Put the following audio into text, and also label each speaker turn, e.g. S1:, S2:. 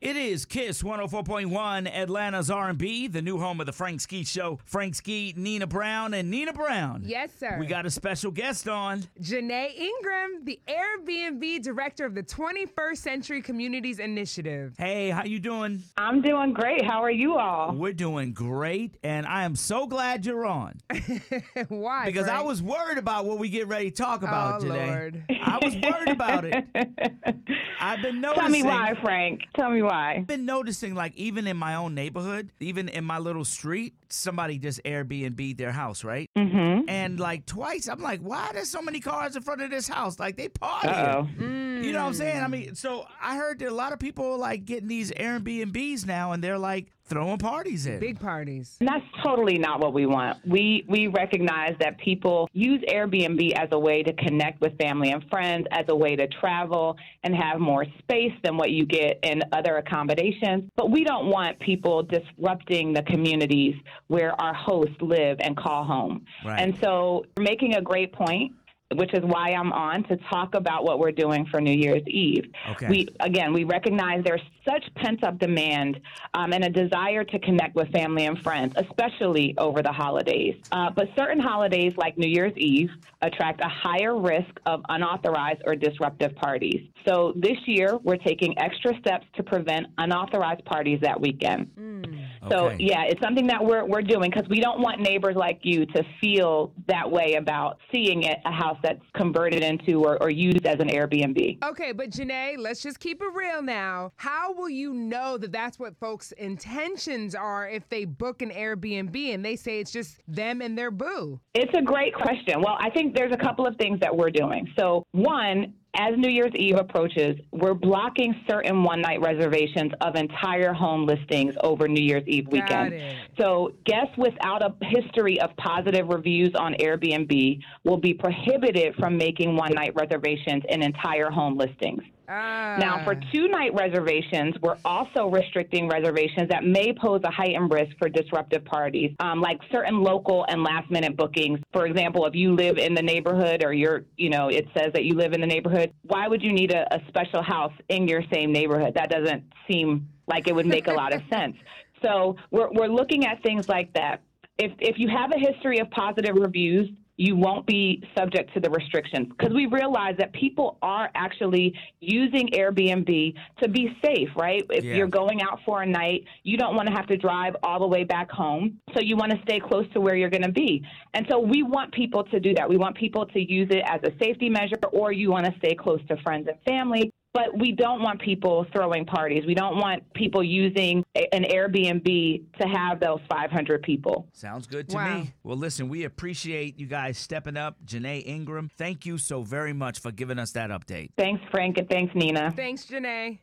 S1: It is Kiss 104.1 Atlanta's R&B, the new home of the Frank Ski Show. Frank Ski, Nina Brown, and Nina Brown.
S2: Yes, sir.
S1: We got a special guest on.
S2: Janae Ingram, the Airbnb director of the 21st Century Communities Initiative.
S1: Hey, how you doing?
S3: I'm doing great. How are you all?
S1: We're doing great, and I am so glad you're on
S2: Why?
S1: because I
S2: Frank?
S1: was worried about what we get ready to talk about
S2: Oh,
S1: today.
S2: Lord.
S1: I was worried about it. I've been noticing.
S3: Tell me why, Frank. Tell me why.
S1: been noticing like even in my own neighborhood even in my little street somebody just airbnb their house right mm-hmm. and like twice i'm like why there's so many cars in front of this house like they party
S3: Uh-oh.
S1: you know what i'm
S2: Mm.
S1: saying i mean so i heard that a lot of people like getting these airbnbs now and they're like throwing parties in
S2: Big parties.
S3: And That's totally not what we want. We we recognize that people use Airbnb as a way to connect with family and friends, as a way to travel and have more space than what you get in other accommodations. But we don't want people disrupting the communities where our hosts live and call home.
S1: Right.
S3: And so, you're making a great point, which is why I'm on to talk about what we're doing for New Year's Eve.
S1: Okay.
S3: We again, we recognize there's such pent up demand um, and a desire to connect with family and friends, especially over the holidays. Uh, but certain holidays, like New Year's Eve, attract a higher risk of unauthorized or disruptive parties. So this year, we're taking extra steps to prevent unauthorized parties that weekend. So
S1: Mm. Okay.
S3: yeah, it's something that we're we're doing because we don't want neighbors like you to feel that way about seeing it, a house that's converted into or, or used as an Airbnb.
S2: Okay, but Janae, let's just keep it real now. How will you know that that's what folks' intentions are if they book an Airbnb and they say it's just them and their boo?
S3: It's a great question. Well, I think there's a couple of things that we're doing. So, one, as New Year's Eve approaches, we're blocking certain one night reservations of entire home listings over New Year's Eve
S2: Got
S3: weekend.
S2: it.
S3: So, guests without a history of positive reviews on Airbnb will be prohibited from making one night reservations in entire home listings.
S2: Ah.
S3: Now, for two night reservations, we're also restricting reservations that may pose a heightened risk for disruptive parties, um, like certain local and last minute bookings. For example, if you live in the neighborhood or you're, you know, it says that you live in the neighborhood, why would you need a, a special house in your same neighborhood? That doesn't seem like it would make a lot of sense. So we're, we're looking at things like that. If, if you have a history of positive reviews, you won't be subject to the restrictions because we realize that people are actually using Airbnb to be safe, right? If
S1: Yeah.
S3: you're going out for a night, you don't want to have to drive all the way back home. So you want to stay close to where you're going to be. And so we want people to do that. We want people to use it as a safety measure or you want to stay close to friends and family. But we don't want people throwing parties. We don't want people using a- an Airbnb to have those 500 people.
S1: Sounds good to
S2: Wow.
S1: me. Well, listen, we appreciate you guys stepping up. Janae Ingram, thank you so very much for giving us that update.
S3: Thanks, Frank, and thanks, Nina.
S2: Thanks, Janae.